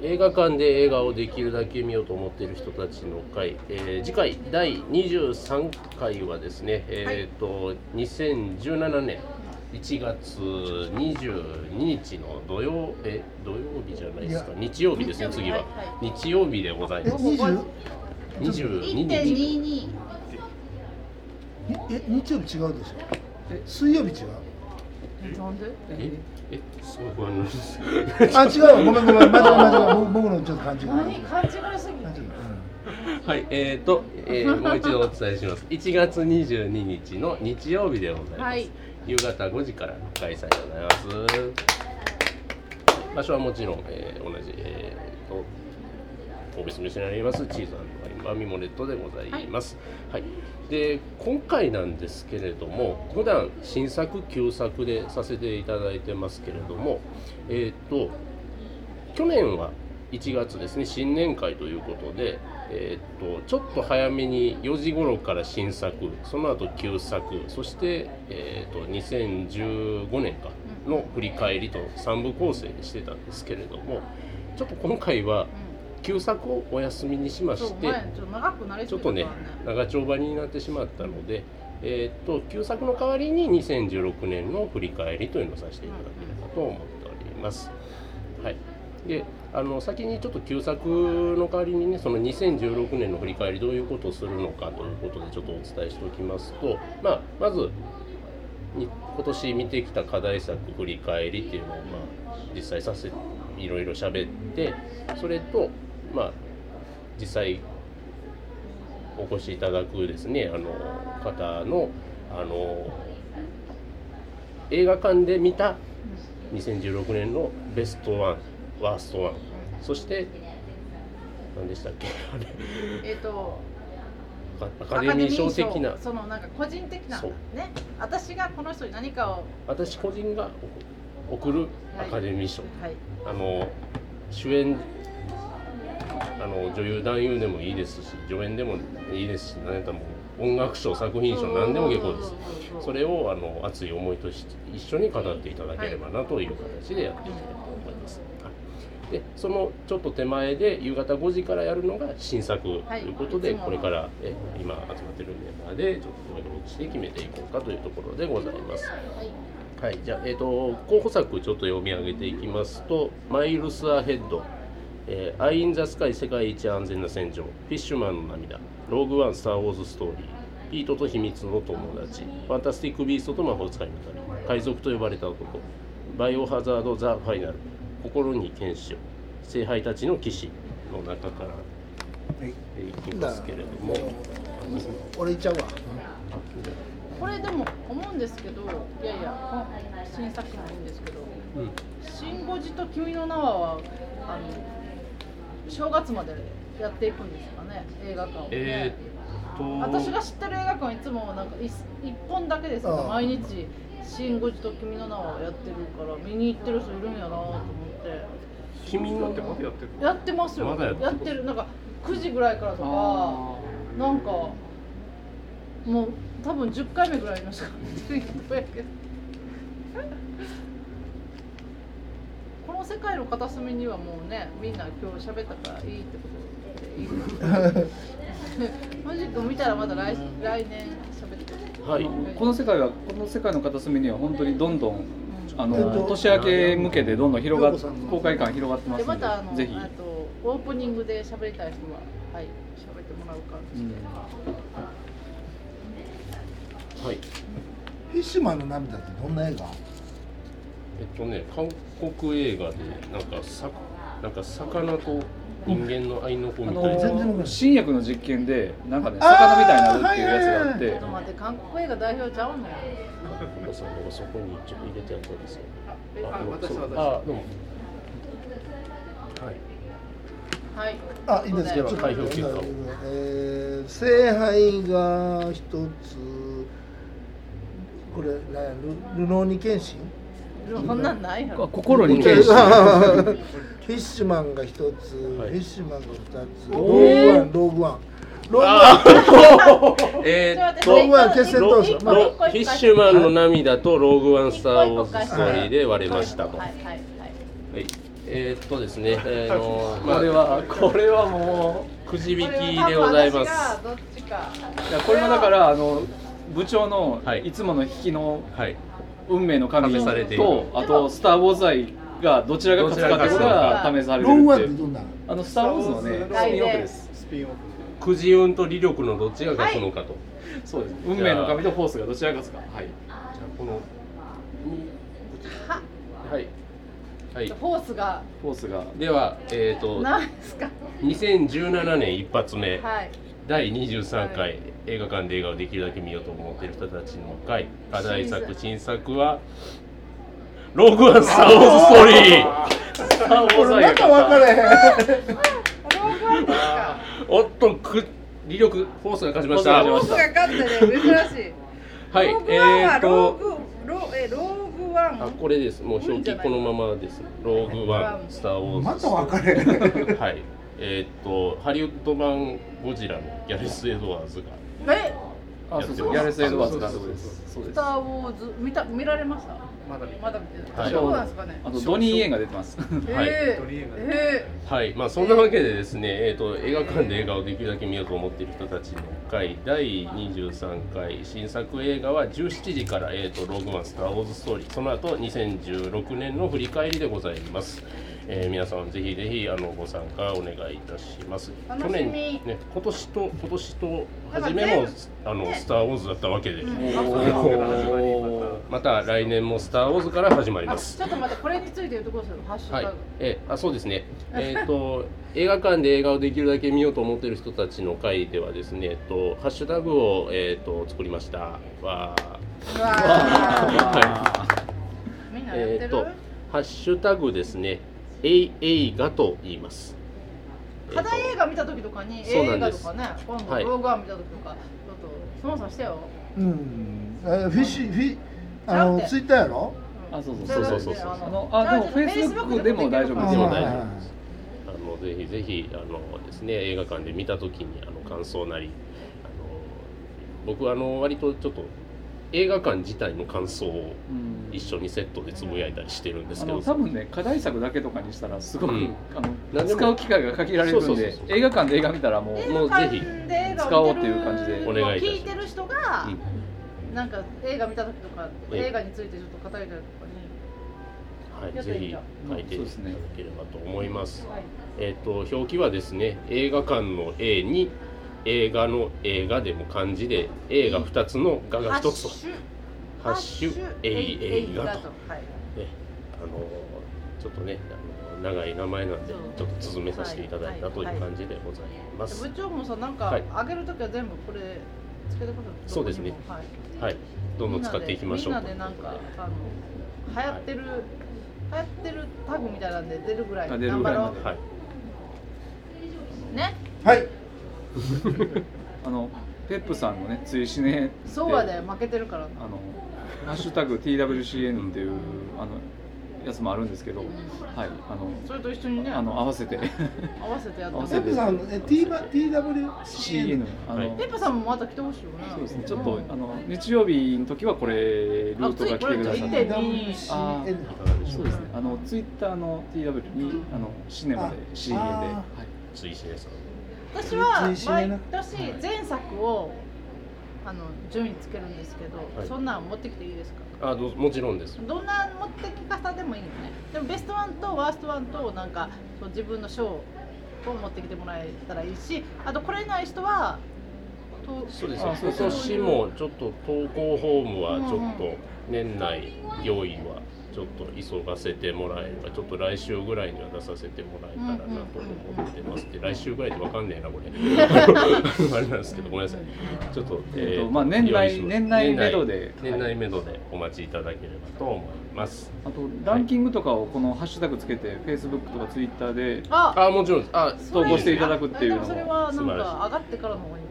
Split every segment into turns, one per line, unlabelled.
映画館で映画をできるだけ見ようと思っている人たちの会、えー次回第23回はですね、えー、と2017年1月22日の土曜え土曜日じゃないですか
い
日曜日ですね次は、
はい
日曜日でございます
二十
22日
1.22
え日曜日違うでしょえ水曜日違う
なんで
ええすごい不安なんです
あ違うわごめんごめん間違え間違え僕僕のちょっと勘違い
何勘違いすぎ
勘違い
て
はい、えーと、え ーもう一度お伝えします。1月22日の日曜日でございます。
はい
夕方5時からの開催でございます。場所はもちろん、えー同じ、えーと、神戸市にありますチーズワインバーミモレットでございます。はい、で今回なんですけれども普段新作旧作でさせていただいてますけれどもえっ、と去年は1月ですね新年会ということで、えー、とちょっと早めに4時頃から新作その後旧作そして、えー、と2015年かの振り返りと3部構成でしてたんですけれどもちょっと今回は旧作をお休みにしま
うんそ
し
う
て
前ちょっと長くなり
ち
す
ょっ
ぎたか
と
らね
ね長丁場になってしまったので、えーっと旧作の代わりに2016年の振り返りというのをさせていただければと思っております。はい、であの先にちょっと旧作の代わりにねその2016年の振り返りどういうことをするのかということでちょっとお伝えしておきますと、まあ、まずに今年見てきた課題作振り返りっていうのを、まあ、実際させいろいろ喋ってそれと、まあ、実際お越しいただくですねあの方のあの映画館で見た2016年のベストワンワーストワンそして何でしたっけあれ
えっと
アカアカデミー賞的な
そのなんか個人的な
そう
ね私がこの人に何かを
私個人が贈るアカデミー賞
はい
あの主演あの女優男優でもいいですし助演でもいいですし何やったらもう音楽賞作品賞何でも結構です
そう
それをあの熱い思いとして一緒に語っていただければなという形でやっていきたいと思います。はいでそのちょっと手前で夕方5時からやるのが新作と
はい
いうことで、
いつもの
これからえ今集まってるメンバーでちょっと協力して決めていこうかというところでございます。
はい
はい、じゃあ、えー、と候補作ちょっと読み上げていきますと「マイルス・アヘッド」えーアイ・イン・ザ・スカイ世界一安全な戦場」「フィッシュマンの涙」「ローグ・ワン・スター・ウォーズ・ストーリー」「ピートと秘密の友達」「ファンタスティック・ビーストと魔法使いの旅」「海賊と呼ばれた男」「バイオ・ハザード・ザ・ファイナル」「心に剣士を」「聖杯たちの騎士」の中から
はい
えーいきますけれども
俺行っちゃうわ
これでも思うんですけどいやいやこ新作もいいんですけど
うん
「シン・ゴジ」と「君の名は」はあの正月までやっていくんですかね映画館をね、
えー、っと
私が知ってる映画館はいつもなんか一一本だけですけど
ああ
毎日「シン・ゴジ」と「君の名は」をやってるから見に行ってる人いるんやなと思って
君の
ってまだやってる
やってますよ、
まだやってる
ってるなんか9時ぐらいからとか
あ
なんかもう多分10回目ぐらいのしか見てない人やけどこの世界の片隅にはもうねみんな今日喋ったからいいってことでいいマジック見たらまだ来来年喋って
はい
ーこの世界はこの世界の片隅には本当にどんどんあの、
えっと
年明け向けてどんどん広がっ
洋子さんの
公開感広がってま
ですま
ので
たあの
ぜひ、
あとオープニングで喋りたい人ははい喋ってもらう感
う
じ
ん
で、
はい
フィッシュマンの涙ってどんな映画
えっとね、韓国映画でなんかさなんか魚と人間の愛の子み
あ
たいな、
の
全然わかんない
新薬の実験でなんかね魚みたいになるっていうやつがあって、
ちょっと待って韓国映画代表ちゃうのよ
本田さんがそこにちょっと入れてあったんですよ。
え
あ、どうも
私私
あ、どうも。はい。
はい
あいいんですけど
では開票結果を
えー聖杯が一つこれ何やルルノーニケンシン
そんなんないやろ
心
フィ
に剣士
ッシュマンが一つ、
はい
フィッシュマンが二つ、ロー
お
グワ
ー
ン、ローグワン。ローグワン、
えーっと
ローグワン決戦
ロ
当
フ
初
ィ
まあ
ッシュマンの涙とローグワンスターウォーズストーリーで割れましたと。は
はい
い。
はいはい
えーっとですね、えーの
これは
これはもうくじ引きでございます。
これは多分私がどっちか。
いやこれもだからあの部長の
はい
いつもの引きの
はい。
運命の神
試されている
とあと「スター・ウォーズ」愛がどちらが勝つかってことが試され
ロンワンっ
るってて
どんなの
あの「スター・ウォーズ」のね
ス
ス
ターウォーズの
ピンオフです
スピンオフ
くじ運と理力のどっちが勝つのかと。
そうです運命の神とフォースがどちらが勝つかはい
じゃあこのはいはい。
フォースが。
フォースが
ではえーっと
なんですか。
2017年一発目、
はい。
第23回、
はい
映画館で映画をできるだけ見ようと思っている人たちの回課題作
新作
新作は「ログワンスター・ウォーズ・ストーリー」
スター・ウォーズ
俺なん
愛
か
が
分か
勝
れへん
ローガンですか。
おっとく威力フォースが勝ちまし
フ
た
ォ
フォー
ス
スが勝ってね、珍しい。
はい
ローグ
え
ワンは
ー
ロー
と
グ、ロー、え、ローグワン。
あこれですもう表記このままです「ローグワン・スター・ウォーズ・
また分かれへん
はいえーっとハリウッド版ゴジラのギャレス・エドワーズが
え、
あそうそうギャレス・エドワーズ監督ですそうで
ス
す
ターウォーズ、見た、見られました。
まだ見て
まだ見てな
はい
い。そうなんですかね
あ。とドニー・イエンが出てます
はい
え
ドリーム
ー、えー。
はい、まあそんなわけでですね、えー、と映画館で映画をできるだけ見ようと思っている人たちの回第23回新作映画は17時から「えー、とローグマンスター・ウォーズ・ストーリー」その後2016年の振り返りでございます、えー皆さんぜひぜひあのご参加お願いいたします
楽しみ
ね、今年と今年と初め
なん
も
か
「
全
あの
ね
スター・ウォーズ」だったわけで、
うん
お
また来年も「スター・ウォーズ」から始まり
あ、
ます
ちょっと待って、これについて言うとこですよ。ハッシュ
はい
タグ。、
えーあそうです ね、えー、と映画館で映画をできるだけ見ようと思っている人たちの会ではですね、えっとハッシュタグを、えー、と作りましたわー
うわ
ー
ーみんなやって
え
る。
ー、とハッシュタグですね「えい映画」と言います、えー
課
と
題映画見た時とかに、
そうな
映
んで
画
す
とかね、今
は
度
い
動画見た時とか、ちょっと、そのさしてよ。
うんあフィッシュフィあの
だって
ツイッターやろ
あそうそう
そうそうそうそう
あのあでもフェイスブックでも大丈
で
夫
も
あ
大
ー
丈
はい
夫です。あのぜひぜひあのですね映画館で見たときにあの感想なりあの僕はあの割とちょっと映画館自体の感想を
うん
一緒にセットでつぶやいたりしてるんです
あ
けど
の多分ね課題作だけとかにしたらすごく、
うん
あの
何でも
使う機会が限られるんで
そうそうそうそう
映画館で映画見たらもう
もうぜひ
使おうっていう感じで
お願いいたします
聞いてる人が、
うん
なんか映画見た時とか、
ええ
映画についてちょっと語りたいとかに、
はい、ぜひ書いてい
そ
た
うですね
だければと思います。
はい、
えっ、と表記はですね映画館の A に映画の映画でも漢字で映画二つの画が一つとハッシュ A 映画と。
はい、
ね、あのちょっとねあの長い名前なんで
そう
ちょっと綴めさせていただいたという感じでございます。
部長もさ、なんか、
はい
あげる時は全部これつけてください。
そうですね
どこにもはい、
はい、どんどん使っていきましょう
みんなでみんなでなんかあの流行ってる、流行ってるタグみたいなんで出るぐらい
あ出る
頑
ぐ
張
らい
ろ
まで
はい、
うね。
はい
あのペップさんのね「ついしね」
そうはで負けてるからな。
あの「ハッシュタグ #TWCN」っていうあのやつもあるんですけど、はい
それと一緒にね、
あのあの合わせて
合わせてやって
合わ
セ
せ
ッ
て
プさんえ T- TWCN
CN あの、
はい
ペッパさんもまた来てほしいよね。
そうですねちょっとあの日曜日の時はこれルートが来てくだ
あ
さい
ついこれ
TWCN
いかがでし
そ
ょう
うで
か。
すねあのツイッターの TW にあのシネマで
あ
CN で、は
あ
い、
追試です。
私は
うち
毎
死ねな
年前作をあの順位つけるんですけど、
はい
そんなん持ってきていいですか
あ、どうもちろんです。
どんな持ってき方でもいいよねでもベストワンとワーストワンとなんかそう自分の賞を持ってきてもらえたらいいしあと来れない人はと
そうです
あ
ね。
そう
今
そう
年もちょっと投稿フォームはちょっと年内用意はちょっと急がせてもらえれば、ちょっと来週ぐらいには出させてもらえたらなと思ってます。で、来週ぐらいでわかんねえなこれ。 あれなんですけどごめんなさい。ちょっと
えっ
ー
とまあ年内
用意します
年内メドで
年内
は
年内
い
メドでお待ちいただければと思います。
あとランキングとかをこのハッシュタグつけて Facebook とか Twitter で
あ
あ、もちろんです。あ、
そ
投
れ
稿していただくっていうの
でもそれ
を
はなんか
素晴らしい
上がってからの方がいいか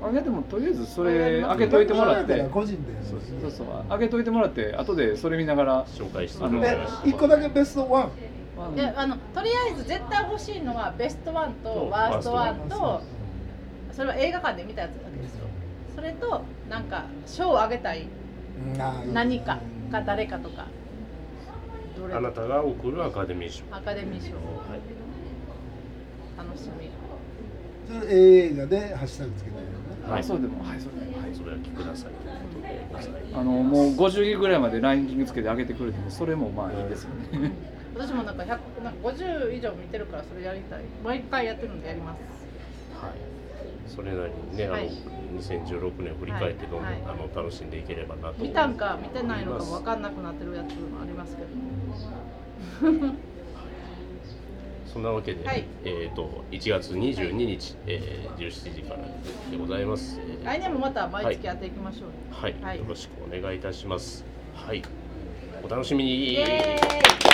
あげてもとりあえずそれ開けといてもらって
個人で
そうです
そうそう開けといてもらって後でそれ見ながら
紹介する
あの
お願いします
え一個だけベストワン
なであのとりあえず絶対欲しいのはベストワンとワーストワンとそれは映画館で見たやつだけですよそれとなんか賞をあげたい
な
何かか誰かとかどれ
あなたが送るアカデミー賞。
アカデミー賞
はい
楽しみ
それ映画でハッシュタグつけたいよね
はい
あそうでもはいそうでもはい
それだけくださいということでございます
あのもう50ギぐらいまでランキングつけて上げてくれてもそれもまあいいですよね、
私もなんか100なんか50以上見てるからそれやりたい毎回やってるんでやります
はい。それなりにね、あの、
はい
2016年振り返ってどんどん、
はい
あの楽しんでいければなと。
見たん。か見てないのか分かんなくなってるやつもありますけど
そんなわけで、
はい
えっ、と1月22日、えー17時からでございます。えー
来年もまた毎月やっていきましょう、
はい、
はい
よろしくお願いいたします。はい、お楽しみに。
イエーイ